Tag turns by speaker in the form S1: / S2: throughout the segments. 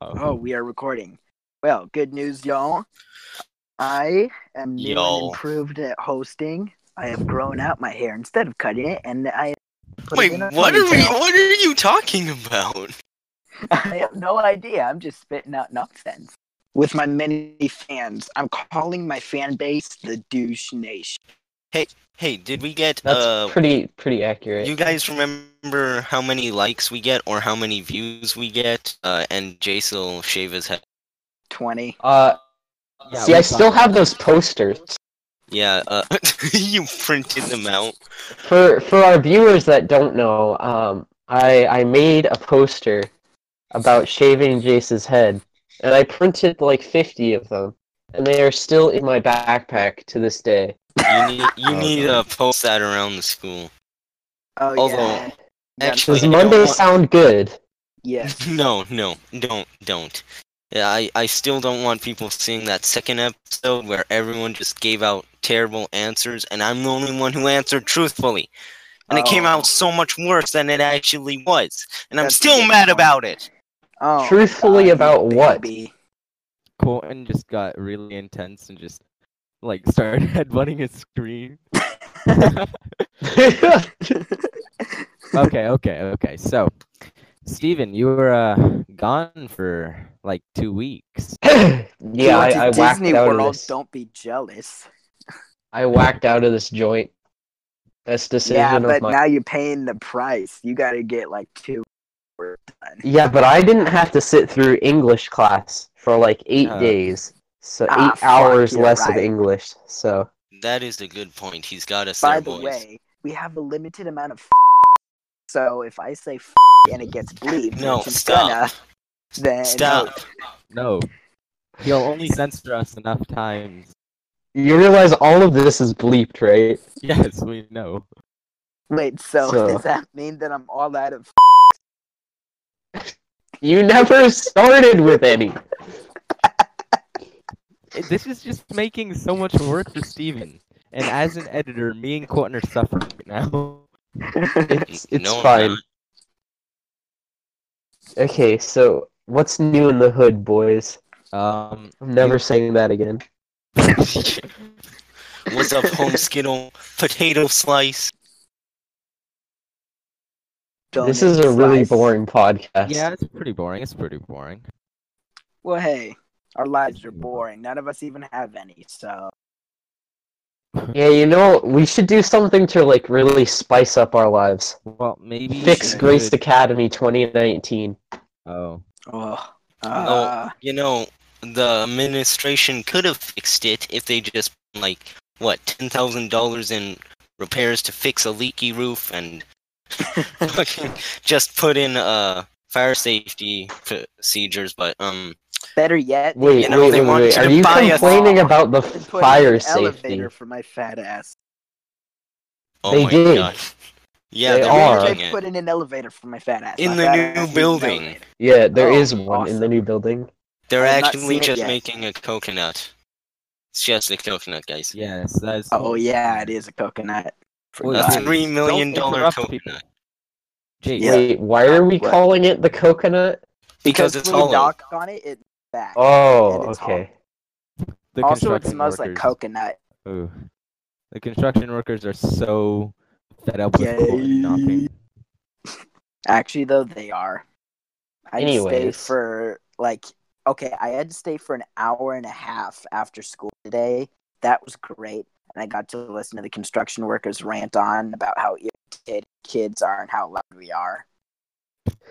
S1: Um,
S2: Oh, we are recording. Well, good news, y'all. I am new
S3: Y'all.
S2: and improved at hosting. I have grown out my hair instead of cutting it, and I put it
S3: Wait,
S2: in a
S3: what are we?
S2: ponytail.
S3: What are you talking about?
S2: I have no idea. I'm just spitting out nonsense with my many fans. I'm calling my fan base the Douche Nation.
S3: Hey, did we get?
S4: That's
S3: uh,
S4: pretty pretty accurate.
S3: you guys remember how many likes we get or how many views we get? Uh, and Jason will shave his head.
S2: Twenty.
S4: uh,
S1: Yeah,
S4: see,
S1: we
S4: I
S1: saw
S4: still
S1: that.
S4: have those posters
S3: Yeah, uh, you printed them out.
S4: for for our viewers that don't know. Um, I I made a poster about shaving Jace's head, and I printed like fifty of them, and they are still in my backpack to this day.
S3: You need, you
S1: Oh,
S3: need to
S1: God.
S3: post that around the school.
S2: Oh
S3: Although-
S2: yeah. Yeah,
S3: Actually,
S4: Does
S3: I don't
S4: Monday
S3: want-
S4: sound good?
S2: Yes.
S3: No, no, don't, don't. Yeah, I, I still don't want people seeing that second episode where everyone just gave out terrible answers, and I'm the only one who answered truthfully. And it came
S2: Oh.
S3: out so much worse than it actually was, and I'm
S2: That's a
S3: still
S2: good
S3: mad
S2: point.
S3: about it.
S2: Oh,
S4: Truthfully
S2: God, you
S4: about what?
S2: baby.
S1: Colton just got really intense and just like started headbutting his screen. okay, okay, okay. So, Steven, you were uh, gone for like two weeks.
S2: You
S4: yeah,
S2: went to
S4: I, I whacked
S2: Disney
S4: out
S2: World.
S4: of this.
S2: Don't be jealous.
S4: I whacked out of this joint. Best decision
S2: yeah,
S4: of
S2: but
S4: my.
S2: now you're paying the price. You got to get like two. worth done.
S4: Yeah, but I didn't have to sit through English class for like eight
S1: Uh,
S4: days, so eight
S2: Ah, fuck,
S4: hours
S2: you're
S4: less of
S2: right.
S4: English. So
S3: That is a good point. He's got us
S2: By
S3: there,
S2: the
S3: boys.
S2: way, we have a limited amount of. So if I say f- and it gets bleeped,
S3: No,
S2: which is
S3: stop.
S2: gonna, then
S3: Stop.
S2: uh,
S1: No, he'll only censor us enough times.
S4: you realize all of this is bleeped, right?
S1: Yes, we know.
S2: Wait, so,
S4: So-
S2: does that mean that I'm all out of?
S4: You never started with any.
S1: I- This is just making so much work for Steven. And as an editor, me and Colton are suffering right now.
S4: It's it's
S3: No, I'm
S4: fine.
S3: not.
S4: Okay, so what's new in the hood, boys?
S1: Um,
S4: I'm never saying that again.
S3: What's up, home skittle? Potato slice.
S4: This
S2: donut
S4: is a really
S2: slice?
S4: boring podcast.
S1: yeah, it's pretty boring. It's pretty boring.
S2: Well, hey, our lives
S4: Mm.
S2: are boring. None of us even have any. So
S4: Yeah, you know, we should do something to like really spice up our lives.
S1: Well, maybe
S4: Fix
S1: we
S4: Grace
S1: could-
S4: Academy 2019.
S1: Oh,
S2: oh, uh,
S3: You know, the administration could have fixed it if they just like what ten thousand dollars in repairs to fix a leaky roof and fucking just put in uh fire safety procedures. But um,
S2: better yet,
S4: Wait,
S3: You know,
S4: wait,
S3: they
S4: wait,
S3: want
S4: wait.
S3: you
S4: Are
S3: to
S4: you
S3: buy us-
S4: complaining about the
S2: they put in
S4: fire
S2: an
S4: safety?
S2: elevator for my fat ass.
S3: oh
S4: They
S3: my
S4: did.
S3: god, yeah,
S4: They
S3: they're
S4: are.
S3: making
S2: They
S3: it.
S2: put in an elevator for my fat ass.
S3: In
S2: My
S3: the
S2: fat
S3: new
S2: ass needs an
S3: building.
S2: elevator.
S4: Yeah, there
S2: Oh,
S4: is one in the new building.
S3: They're
S2: I have not
S3: actually
S2: seen it
S3: just
S2: yet.
S3: making a coconut. It's just a coconut, guys.
S1: yes, that's.
S2: Oh yeah, it is a coconut.
S1: Well,
S3: A
S1: Guys,
S3: three million
S1: don't
S3: dollar
S1: interrupt
S3: coconut
S1: people. Jake,
S2: Yeah.
S4: Wait, why are we
S2: What?
S4: calling it the coconut?
S3: because it's
S2: when you
S3: hollow.
S2: knock on it, it's back.
S4: Oh,
S2: And it's
S4: okay.
S1: the
S2: also, it
S1: construction
S2: smells like
S1: workers-
S2: coconut.
S1: Ooh. The construction workers are so fed up with Colton knocking.
S2: Yay. Actually, though, they are. I had to stay
S4: Anyways.
S2: for like okay, I had to stay for an hour and a half after school today. That was great, and I got to listen to the construction workers rant on about how irritated kids are and how loud we are.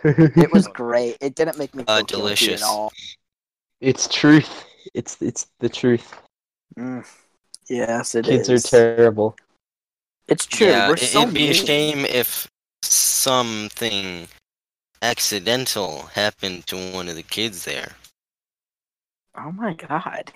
S2: It was great. It didn't make me feel
S3: Uh,
S2: guilty
S3: delicious.
S2: at all.
S4: it's truth. It's it's the truth.
S2: Mm. Yes, it
S4: Kids
S2: is.
S4: are terrible.
S2: It's true.
S3: Yeah,
S2: We're
S3: it-
S2: so
S3: it'd be a
S2: mean.
S3: shame if something accidental happened to one of the kids there.
S2: Oh my god.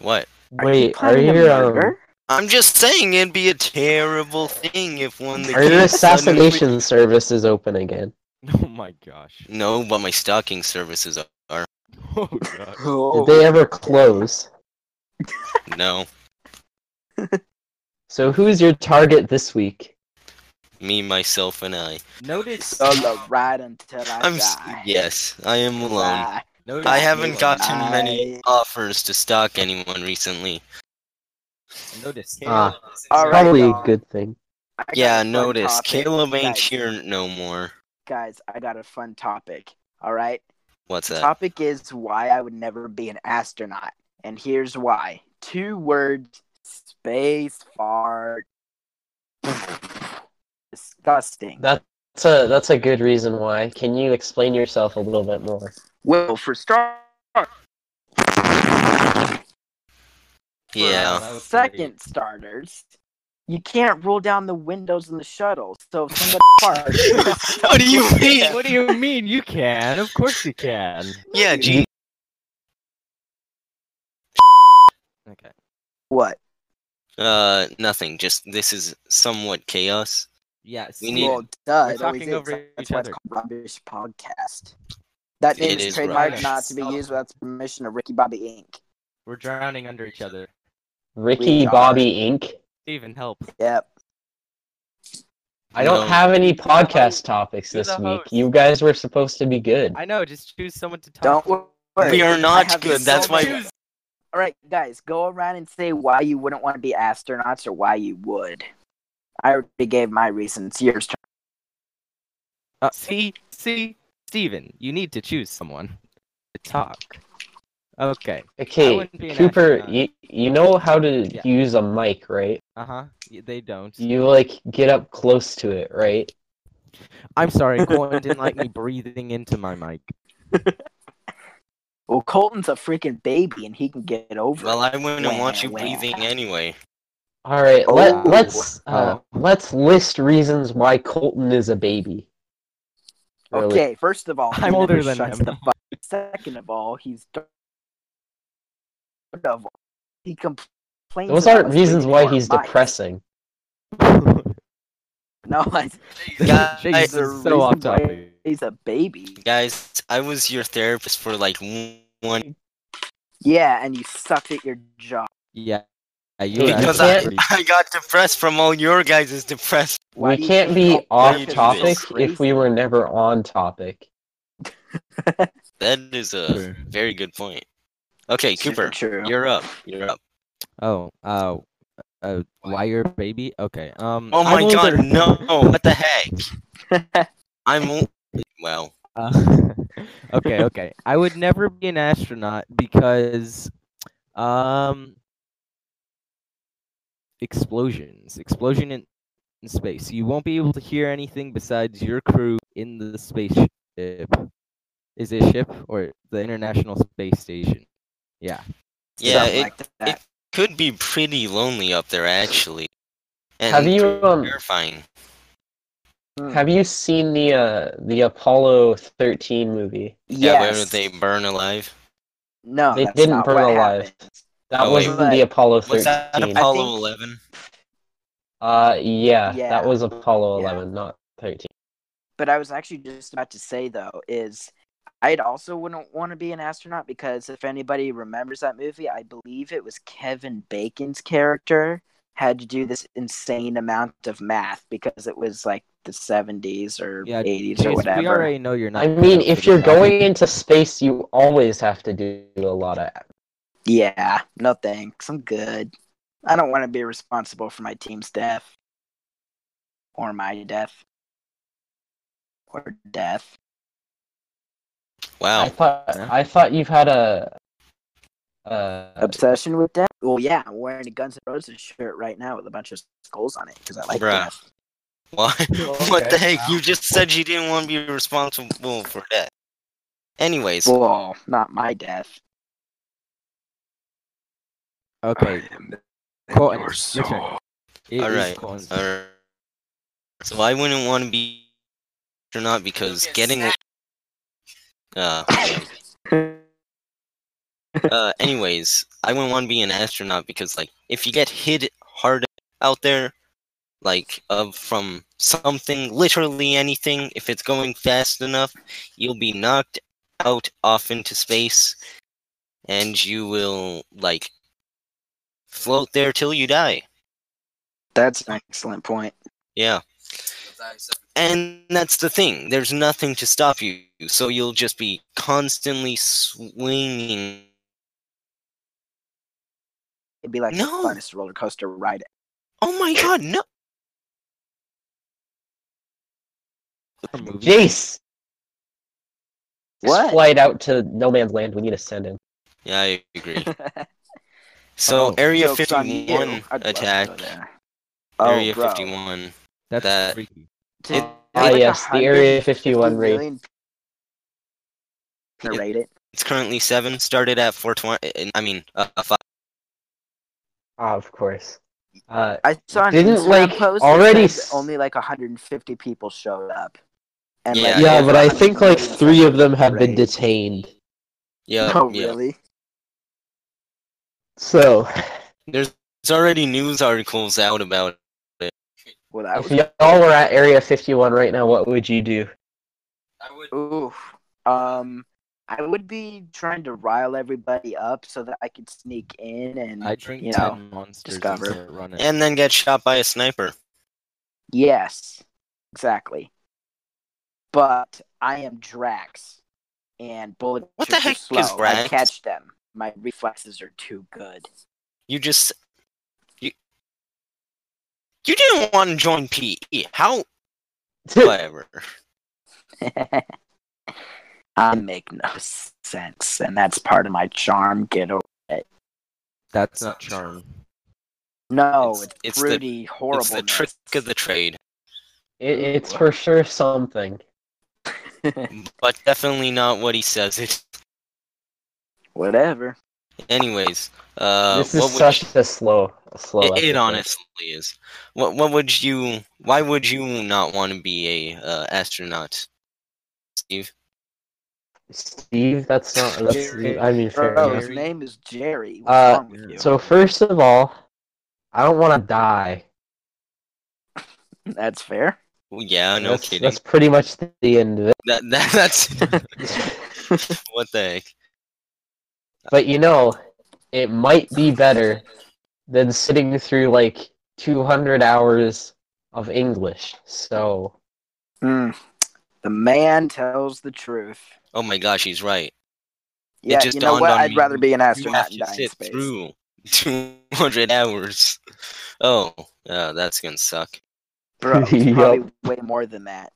S3: What?
S4: Wait, are
S2: planning
S4: you
S2: a
S4: um,
S2: murder?
S3: I'm just saying it'd be a terrible thing if one of the
S4: are your
S3: kids suddenly-
S4: assassination services open again?
S1: Oh my gosh.
S3: No, but my stocking services are
S1: Oh god.
S4: Did
S2: Oh.
S4: they ever close?
S3: no.
S4: So who's your target this week?
S3: Me, myself, and I.
S1: Notice
S2: Solo ride until I
S3: I'm.
S2: die.
S3: S- yes, I am alone.
S2: Bye.
S1: No,
S3: I haven't gotten
S2: I-
S3: many offers to stalk anyone recently.
S1: noticed.
S4: Ah.
S2: All right,
S4: Probably a
S2: y'all.
S4: good thing.
S2: I got a
S3: Yeah,
S2: fun
S3: notice
S2: topic.
S3: Caleb ain't
S2: Guys,
S3: here no more.
S2: Guys, I got a fun topic. All right.
S3: What's
S2: The
S3: that?
S2: topic is why I would never be an astronaut. And here's why. Two words space fart. Disgusting.
S4: That's a that's a good reason why. Can you explain yourself a little bit more?
S2: Well, for start,
S3: yeah.
S1: That was pretty-
S2: second starters, you can't roll down the windows in the shuttle. So if somebody farts,
S3: what do you mean?
S1: What do you mean? You can. Of course you can.
S3: Yeah, G.
S1: Okay.
S2: what?
S3: Uh, nothing. Just this is somewhat chaos.
S1: Yes.
S3: We need-
S2: Well, duh,
S1: We're
S2: it always
S1: talking
S2: is.
S1: over
S2: That's
S1: each
S2: why it's
S1: other.
S2: called Rubbish Podcast. That
S3: It
S2: name is
S3: is
S2: trademarked
S1: rubbish.
S2: not to be used without the permission of Ricky Bobby Inc.
S1: We're drowning under each other.
S4: Ricky
S2: We are-
S4: Bobby Inc.
S1: Steven, help.
S2: Yep.
S4: I don't
S3: No.
S4: have any
S1: host.
S4: podcast topics
S1: You're
S4: this
S1: the
S4: week.
S1: host.
S4: You guys were supposed to be good.
S1: I know. Just choose someone to talk.
S2: Don't
S1: to.
S2: worry.
S3: We are
S2: I
S3: not
S2: have
S3: good.
S2: so
S3: That's why.
S2: many- All right, guys, go around and say why you wouldn't want to be astronauts or why you would. I already gave my reasons. Yours. turn.
S1: Uh, see, see, Steven, you need to choose someone to talk. Okay. I
S4: Okay,
S1: wouldn't be an
S4: Cooper,
S1: astronaut.
S4: you, you know how to
S1: Yeah.
S4: use a mic, right?
S1: Uh huh. They don't.
S4: You like get up close to it, right?
S1: I'm sorry. Colin didn't like me breathing into my mic.
S2: Well, Colton's a freaking baby and he can get over
S3: Well,
S2: it.
S3: I wouldn't want you
S2: Wah, wah.
S3: breathing anyway.
S4: All right, let
S2: Oh.
S4: let's uh, let's list reasons why Colton is a baby. Really.
S2: Okay, first of all, he
S1: I'm older
S2: never
S1: than
S2: shuts
S1: him.
S2: the fuck- Second of all, he's dark. Third of all, He complains.
S4: Those
S2: about
S4: aren't
S2: us
S4: reasons
S2: taking
S4: why
S2: our
S4: he's
S2: mics.
S4: depressing.
S2: No, I,
S1: Jeez,
S3: Guys,
S2: the
S1: it's so off
S2: reason why-
S1: topic.
S2: he's a baby.
S3: Guys, I was your therapist for like one
S2: Yeah, and you sucked at your job.
S1: Yeah. yeah you
S4: Dude,
S1: were
S3: because I,
S1: actually
S3: I got depressed from all your guys' depressed.
S2: Why do
S4: we
S2: you
S4: can't
S2: think
S4: be
S2: all
S4: off
S2: therapists are
S4: topic if
S2: crazy?
S4: we were never on topic.
S3: That is a
S1: True.
S3: very good point. Okay,
S2: Super
S3: Cooper,
S2: True.
S3: you're up. You're up.
S1: Oh, uh, uh, why you're a baby? Okay. Um.
S3: Oh
S1: I'm
S3: my god,
S1: older-
S3: no! What the heck? I'm o- well.
S1: Uh, okay, okay. I would never be an astronaut because, um, explosions, explosion in, in space. You won't be able to hear anything besides your crew in the spaceship. Is it a ship or the International Space Station? Yeah.
S3: Yeah,
S2: Something
S3: it
S2: like that.
S3: could be pretty lonely up there actually. And
S4: Have you, um,
S3: terrifying?
S2: Hmm.
S4: Have you seen the uh, the Apollo 13 movie?
S3: Yeah,
S2: Yes.
S3: where they burn alive.
S2: No,
S4: They
S2: that's
S4: didn't
S2: not
S4: burn
S2: what
S4: alive.
S2: happened.
S4: That
S3: Oh, wait.
S4: wasn't the Apollo
S3: What's that?
S4: 13.
S3: Apollo
S2: think-
S3: Eleven.
S4: Uh, yeah,
S2: Yeah.
S4: that was Apollo
S2: Yeah.
S4: 11, not 13.
S2: But I was actually just about to say though is I'd also wouldn't want to be an astronaut because if anybody remembers that movie, I believe it was Kevin Bacon's character had to do this insane amount of math because it was like the 70s or
S1: Yeah,
S2: 80s or
S1: Jason,
S2: whatever.
S1: we already know you're not.
S4: I mean,
S1: cut out
S4: if
S1: for
S4: you're
S1: this job.
S4: going into space, you always have to do a lot of.
S2: Yeah, no thanks. I'm good. I don't want to be responsible for my team's death or my death or death.
S4: I
S3: Wow.
S4: thought
S1: Yeah.
S4: I thought you've had a. Uh,
S2: Obsession with death? Well, yeah, I'm wearing a Guns N' Roses shirt right now with a bunch of skulls on it because I like
S3: Bruh.
S2: death.
S3: Why?
S4: Oh,
S3: what the
S4: okay.
S3: heck? You just said you didn't want to be responsible for that. Anyways,
S2: Well, not my death.
S1: Okay. Colton, your turn. It
S3: All
S1: is
S3: right,
S1: Colton's-
S3: alright. So I wouldn't want to be or not because getting uh, uh anyways, I wouldn't want to be an astronaut because like if you get hit hard out there like of from something literally anything if it's going fast enough, you'll be knocked out off into space and you will like float there till you die.
S2: That's an excellent point.
S3: Yeah. And that's the thing. There's nothing to stop you, so you'll just be constantly swinging.
S2: It'd be like
S3: No.
S2: the funnest roller coaster ride.
S3: Oh my god, no! Uh,
S1: Or movie.
S4: Jace,
S2: What?
S4: flight out to no man's land. We need to send him.
S3: Yeah, I agree.
S1: Oh,
S3: So Area
S2: Joke's on you.
S3: 51
S2: I'd love to go
S3: attack.
S2: there. Oh,
S3: Area
S2: bro.
S3: 51.
S1: That's
S3: That-
S1: freaky.
S2: To-
S3: It-
S4: Ah,
S2: like
S4: yes, the
S2: 100
S4: Area 51 raid.
S2: million people rate it.
S3: It's currently seven. Started at 420. I mean, uh, five.
S4: Ah, of course. Uh,
S2: I saw an
S4: Didn't,
S2: Instagram
S4: like,
S2: post that
S4: already
S2: said
S4: s-
S2: only like 150 people showed up.
S3: Yeah,
S4: yeah,
S2: over
S4: but I think like
S2: 100
S4: three of them have been
S2: raid.
S4: detained.
S3: Yeah,
S2: Oh,
S3: yeah.
S2: really?
S4: So
S3: There's already news articles out about
S2: Well, that
S4: if
S2: was
S4: y'all were at Area 51 right now, what would you do?
S2: Ooh. Um, I would be trying to rile everybody up so that I could sneak in and
S1: I drink
S2: you know,
S1: ten monsters
S2: discover.
S1: and start running.
S3: and then get shot by a sniper.
S2: yes, exactly. But I am Drax, and bullets
S3: What
S2: are
S3: the
S2: too
S3: heck is
S2: slow. I
S3: Drax?
S2: catch them. My reflexes are too good.
S3: You just you you didn't want to join PE. How
S2: Oh,
S3: whatever.
S2: I make no sense, and that's part of my charm. Get over.
S1: That's not charm.
S2: No,
S3: It's-
S2: it's,
S3: it's the-
S2: broody, horrible.
S3: It's the trick of the trade,
S4: It, it's for sure something.
S3: but definitely not what he says. It.
S2: whatever.
S3: Anyways, uh,
S4: this is
S3: what
S4: such a slow, a slow.
S3: would you, it, it
S4: episode.
S3: honestly is. What what would you? Why would you not want to be a uh, astronaut, Steve?
S4: Steve, that's not. That's,
S1: Jerry.
S4: I mean, fair
S2: Bro,
S4: enough.
S2: his
S1: Jerry.
S2: name is Jerry. What's
S4: Uh,
S2: wrong with you?
S4: So first of all, I don't want to die.
S2: that's fair.
S3: Well, Yeah, no
S4: that's,
S3: kidding.
S4: That's pretty much the end of it.
S3: That, that that's what the heck.
S4: But you know, it might be better than sitting through like 200 hours of English. So
S2: Hmm. The man tells the truth.
S3: Oh my gosh, he's right.
S2: Yeah,
S3: just
S2: you know
S3: dawned
S2: what?
S3: on
S2: I'd
S3: me.
S2: rather be an
S3: You
S2: astronaut
S3: have
S2: and
S3: to
S2: die in
S3: sit
S2: space.
S3: through 200 hours. Oh, uh, that's gonna suck.
S2: Bro, it's
S4: Yup.
S2: probably way more than that.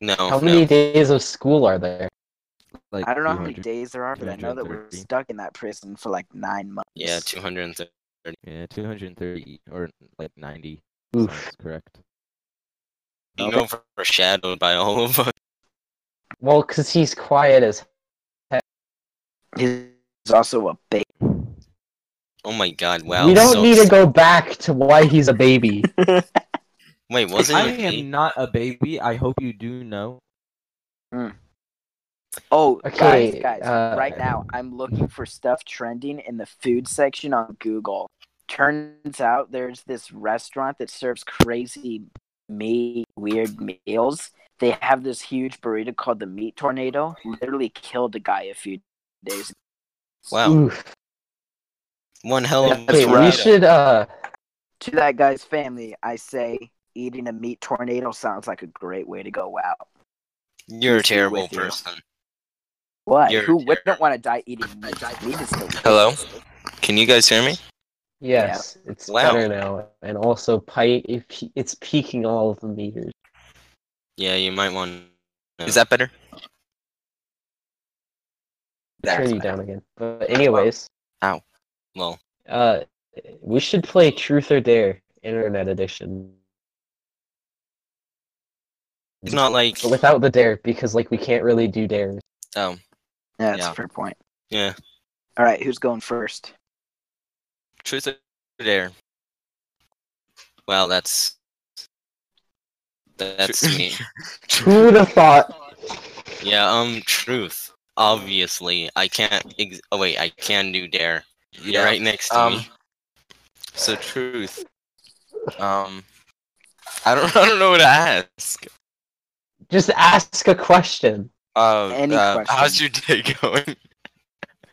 S3: No,
S4: how
S3: Oh, no.
S4: many days of school are there?
S1: Like
S2: I don't know how many
S1: 200.
S2: days there are, but I know that we're
S1: 230.
S2: stuck in that prison for like nine months.
S3: Yeah, 230.
S1: Yeah, two hundred and thirty or like ninety.
S4: Oof.
S1: That's correct.
S3: Being overshadowed by all of us.
S4: Well, because he's quiet as
S2: He's also a baby.
S3: Oh my god, wow.
S4: we don't
S3: so-
S4: need to go back to why he's a baby.
S3: Wait, was it?
S1: I
S3: a-
S1: am not a baby. I hope you do know.
S2: Oh,
S4: Okay,
S2: guys, guys,
S4: uh,
S2: right now I'm looking for stuff trending in the food section on Google. Turns out there's this restaurant that serves crazy me weird meals. They have this huge burrito called the Meat Tornado. Literally killed a guy a few days.
S3: Wow,
S4: Oof.
S3: one hell of a
S2: That's
S4: Okay, we
S2: right.
S4: should uh
S2: To that guy's family, I say eating a meat tornado sounds like a great way to go out.
S3: You're a
S2: Please be
S3: terrible
S2: with you.
S3: person.
S2: What?
S3: You're
S2: Who
S3: terrible.
S2: wouldn't want to die eating meat? Meat is the
S3: Hello?
S2: worst.
S3: Can you guys hear me?
S4: yes, it's
S3: Wow.
S4: better now, and also pie it pe- it's peaking all of the meters.
S3: Yeah, you might want.
S5: Is that better?
S4: Turn you down again. But anyways,
S3: Well,
S4: uh, we should play Truth or Dare Internet Edition.
S3: it's not like.
S4: But without the dare, because like we can't really do dares.
S3: Oh,
S2: Yeah, that's
S3: Yeah.
S2: a fair point.
S3: yeah.
S2: All right, who's going first?
S3: Truth or dare? Wow, that's. That's me.
S4: Who'd have thought?
S3: Yeah, um, truth. Obviously, I can't. Ex- oh wait, I can do dare. You're right next to
S5: Um,
S3: me.
S5: so truth. Um, I don't. I don't know what to ask.
S4: Just ask a question.
S5: Uh,
S2: Any
S5: uh, how's
S2: question.
S5: your day going?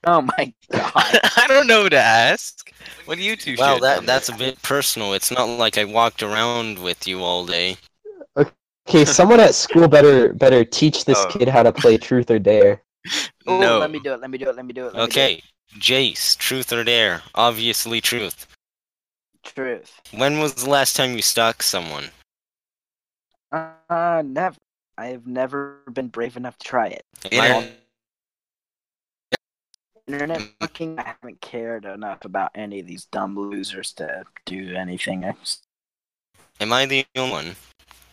S2: Oh my god.
S5: I don't know what to ask. What do you two?
S3: Wow,
S5: should
S3: that
S5: know?
S3: that's a bit personal. It's not like I walked around with you all day.
S4: Okay, someone at school better better teach this
S1: Oh.
S4: kid how to play Truth or Dare.
S2: Ooh,
S1: no.
S2: Let me do it. Let me do it. Let me do it. let me do
S3: Okay, Jace, truth or dare? Obviously, truth.
S2: it. Truth.
S3: When was the last time you stalked someone?
S2: Uh, never. I have never been brave enough to try it.
S1: Inter-
S2: Internet fucking. I haven't cared enough about any of these dumb losers to do anything.
S3: Am I the only one?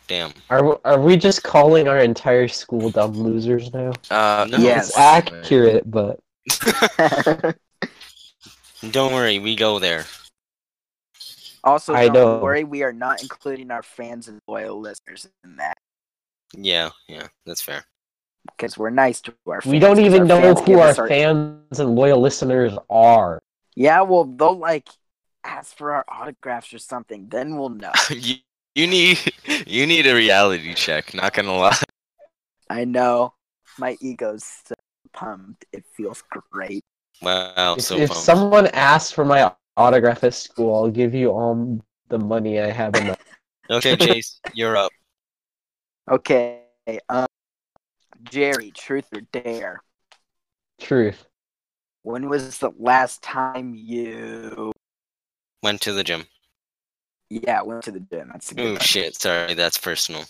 S3: Damn.
S4: Are we- are we just calling our entire school dumb losers now?
S1: uh,
S3: No.
S2: Yes.
S4: It's accurate, but
S3: Don't worry, we go there.
S2: also,
S4: I
S2: don't
S4: know.
S2: worry. We are not including our fans and loyal listeners in that
S3: Yeah, yeah, that's fair.
S2: because we're nice to our. fans.
S4: we don't
S2: 'cause
S4: even
S2: our
S4: know
S2: fans
S4: who
S2: give
S4: our
S2: us
S4: fans and loyal listeners are.
S2: Yeah, well, they'll like ask for our autographs or something. Then we'll know.
S1: you, you need you need a reality check. Not gonna lie.
S2: I know. My ego's so pumped. It feels great.
S1: Oh,
S3: Wow,
S4: If,
S3: so
S4: if
S3: pumped.
S4: someone asks for my autograph at school, I'll give you all the money I have. In my-
S3: Okay, Jace, you're up.
S2: Okay. Um, Jerry, truth or dare?
S4: Truth.
S2: When was the last time you?
S3: Went to the gym.
S2: Yeah, went to the gym. That's a good
S3: Oh
S2: one.
S3: shit, sorry, that's personal.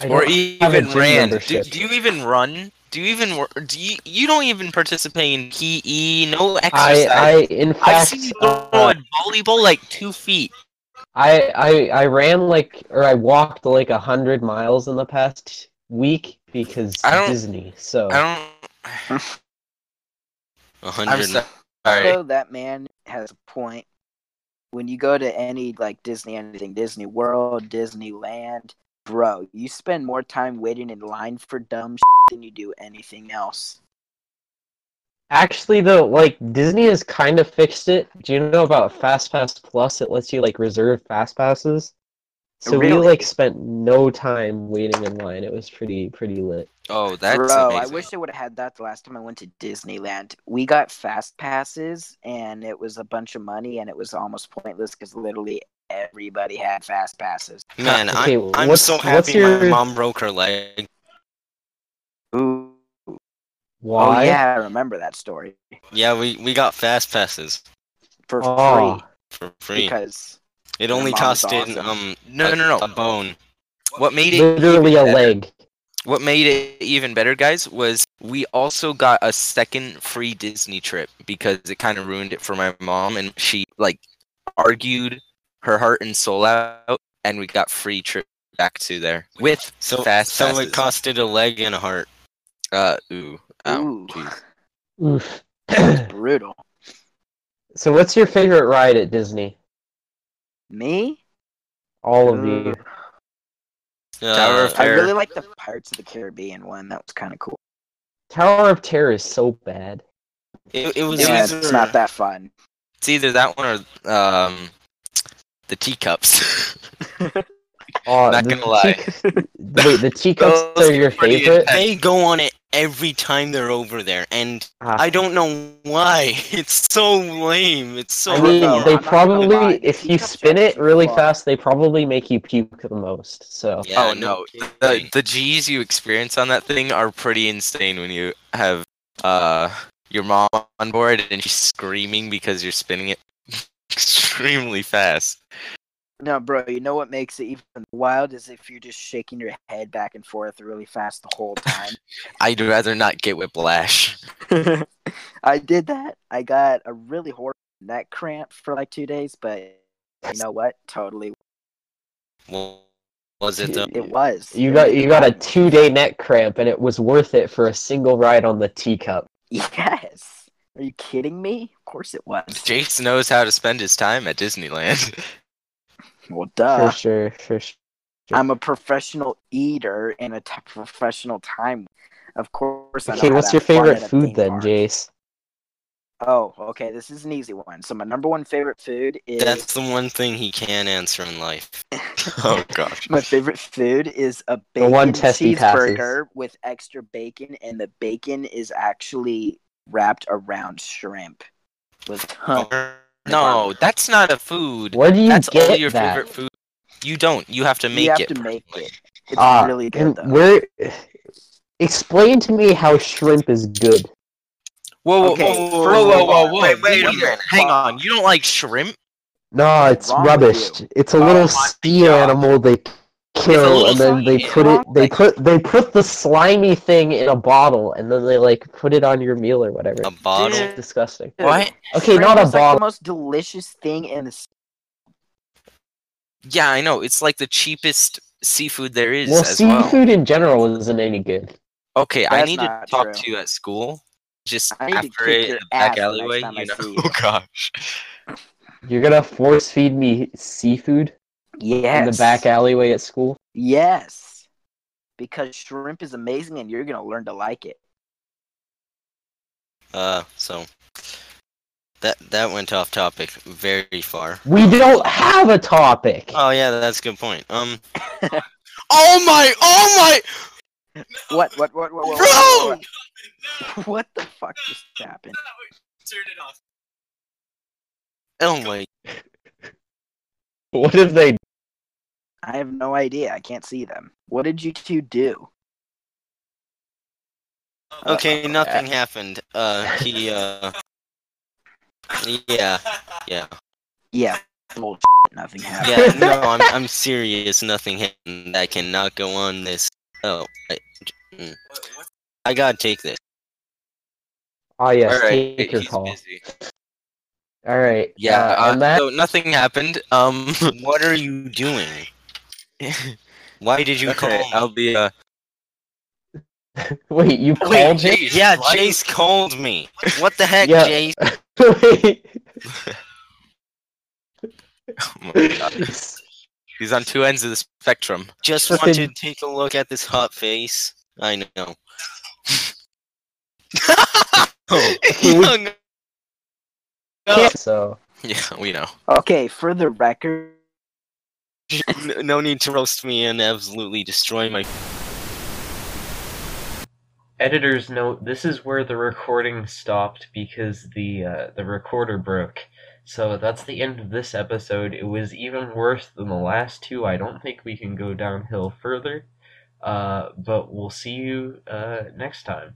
S4: I
S1: Or
S4: don't have a
S1: even
S4: gym
S1: ran. Do,
S4: membership.
S1: do you even run? Do you even wor- do you, you don't even participate in PE? No
S4: I,
S1: exercise.
S4: I, in
S1: I've
S4: fact,
S1: seen you throw
S4: uh,
S1: a volleyball like two feet.
S4: I, I, I ran like, or I walked like a hundred miles in the past week because
S1: I don't-
S4: Disney. So
S1: I don't.
S3: A
S1: I'm
S3: hundred.
S1: sorry.
S2: Also, that man has a point. When you go to any like Disney anything, Disney World, Disneyland, bro, you spend more time waiting in line for dumb shit than you do anything else.
S4: actually, though, like Disney has kind of fixed it. Do you know about Fast Pass Plus? It lets you like reserve Fast Passes. So we
S2: Really?
S4: like spent no time waiting in line. It was pretty pretty lit.
S1: Oh, that's
S2: Bro,
S1: amazing.
S2: I wish they would have had that the last time I went to Disneyland. We got fast passes, and it was a bunch of money, and it was almost pointless because literally everybody had fast passes.
S3: Man,
S4: Okay,
S3: I'm, I'm
S4: what's-
S3: so
S4: what's
S3: happy my
S4: your-
S3: mom broke her leg.
S2: Ooh,
S4: Why?
S2: oh yeah, I remember that story
S3: Yeah, we, we got fast passes
S2: for
S3: Oh.
S4: Aw.
S2: free
S3: for free.
S2: because
S3: It
S2: your
S3: only
S2: mom's
S3: costed
S2: awesome.
S3: um
S1: no,
S3: a,
S1: no, no,
S3: a
S1: no.
S3: bone.
S1: What made it
S4: Literally a leg.
S1: what made it even better, guys, was we also got a second free Disney trip because it kind of ruined it for my mom, and she like argued her heart and soul out, and we got free trip back to there with
S3: So
S1: Fast
S3: so
S1: passes.
S3: it costed a leg and a heart.
S1: uh ooh, ow,
S2: ooh,
S1: jeez.
S4: Oof.
S2: brutal.
S4: so what's your favorite ride at Disney?
S2: Me?
S4: All of
S2: Ooh.
S4: you.
S3: Uh,
S1: Tower of
S2: I
S1: Fair.
S2: really like the Pirates of the Caribbean one. That was kind of cool.
S4: Tower of Terror is so bad.
S3: It, it was
S2: Yeah,
S3: either,
S2: it's not that fun.
S1: It's either that one or um the teacups.
S4: Oh,
S1: Not
S4: the
S1: gonna lie.
S4: tea- wait, the teacups
S1: Those
S4: are your
S1: are pretty
S4: favorite?
S1: intense.
S3: They go on it every time they're over there, and
S4: Ah,
S3: I don't know why. It's so lame. It's so.
S4: I mean,
S2: No, I'm
S4: they
S2: not gonna lie,
S4: probably,
S2: the
S4: if you
S2: teacups are
S4: spin it
S2: actually
S4: really
S2: fun.
S4: fast, they probably make you puke the most. So,
S3: Yeah,
S1: oh no, the
S3: kidding.
S1: the G's you experience on that thing are pretty insane when you have uh your mom on board and she's screaming because you're spinning it extremely fast.
S2: No, bro, you know what makes it even wild is if you're just shaking your head back and forth really fast the whole time.
S1: I'd rather not get whiplash.
S2: I did that. I got a really horrible neck cramp for like two days, but you know what? Totally,
S3: Well, was it though?
S2: it was.
S4: you
S2: It
S4: got
S2: really
S4: you got a
S2: got me.
S4: two day neck cramp, and it was worth it for a single ride on the teacup.
S2: Yes. Are you kidding me? Of course it was.
S1: Jace knows how to spend his time at Disneyland.
S2: Well, duh.
S4: for sure, for sure.
S2: I'm a professional eater and a t- professional time. Of course. I know
S4: Okay,
S2: how
S4: what's
S2: to
S4: your
S2: have fun
S4: favorite
S2: at a
S4: food
S2: theme
S4: then,
S2: park.
S4: Jace?
S2: Oh, okay. This is an easy one. So my number one favorite food is
S3: That's the one thing he can answer in life.
S1: oh gosh.
S2: My favorite food is a bacon
S4: one test he passes.
S2: cheeseburger with extra bacon, and the bacon is actually wrapped around shrimp. With tons.
S1: No, that's not a food.
S4: Where do you
S1: that's
S4: get
S1: all your
S4: that?
S1: favorite food. You don't. You have to make
S2: you have
S1: it.
S2: to make
S1: personally.
S2: it. It's
S4: Ah,
S2: really good
S4: and
S2: though.
S4: where? Explain to me how shrimp is good.
S1: Whoa, whoa,
S2: Okay,
S1: whoa, whoa, whoa,
S2: first of
S1: whoa,
S2: all-
S1: whoa, whoa.
S2: wait, wait a minute.
S1: Hang on. You don't like shrimp?
S4: No, it's
S2: wrong with
S4: rubbish. It's a
S2: Oh
S4: little
S1: my
S4: sea
S1: God.
S4: animal they kill,
S1: little
S4: and then they
S1: slimy
S4: put it.
S1: animal.
S4: They put they put the slimy thing in a bottle, and then they like put it on your meal or whatever.
S3: A bottle.
S2: Dude.
S4: It's disgusting.
S2: Dude,
S1: What?
S4: Okay,
S2: shrimp
S4: not a
S2: is, like, the
S4: bottle.
S2: most delicious thing in the s-
S1: Yeah, I know. It's like the cheapest seafood there is
S4: Well,
S1: as well.
S4: seafood in general isn't any good.
S1: Okay, I
S2: That's
S1: need
S2: not
S1: to talk
S2: true.
S1: to you at school. Just
S2: I need to
S1: after
S2: kick
S1: it
S2: your
S1: in the back
S2: ass the next
S1: alleyway,
S2: time I
S1: you know.
S2: see you.
S1: Oh gosh.
S4: You're gonna force feed me seafood
S2: Yes.
S4: in the back alleyway at school?
S2: Yes. Because shrimp is amazing and you're going to learn to like it.
S3: Uh, so that that went off topic very far.
S4: We don't have a topic.
S1: Uh,
S3: Oh yeah, that's a good point. Um,
S1: Oh my! Oh my!
S2: What, what, what, what, what,
S1: Bro!
S2: what, what, what the fuck just happened?
S1: Turn it off.
S3: oh my,
S4: What if they?
S2: I have no idea. I can't see them. What did you two do?
S4: Oh,
S3: okay, nothing happened. Uh, he, uh, yeah, yeah,
S2: Yeah. Bullshit. Nothing happened.
S3: yeah. No, I'm I'm serious. Nothing happened. That cannot go on this. Oh, I, mm. I gotta take this.
S4: Oh yes,
S1: All right,
S4: take your
S1: he's
S4: call.
S1: busy.
S4: All right.
S1: Yeah,
S4: uh,
S1: uh,
S4: and that
S1: so nothing happened. Um,
S3: What are you doing? Why did you call?
S1: okay,
S3: me?
S1: I'll be. Uh,
S4: wait, you
S1: Wait,
S4: called me?
S1: Jace,
S3: yeah,
S1: why-
S3: Jace called me. What the heck,
S4: Yeah.
S3: Jace?
S4: Wait.
S1: oh my God, He's on two ends of the spectrum.
S3: Just
S4: Fucking-
S3: want to take a look at this hot face. I know. oh.
S4: we-
S3: hung up.
S4: Yeah, so
S1: Yeah, we know.
S2: Okay, for the record,
S3: N- no need to roast me and absolutely destroy my.
S6: Editor's note: This is where the recording stopped because the uh, the recorder broke. So that's the end of this episode. It was even worse than the last two. I don't think we can go downhill further. Uh, but we'll see you uh, next time.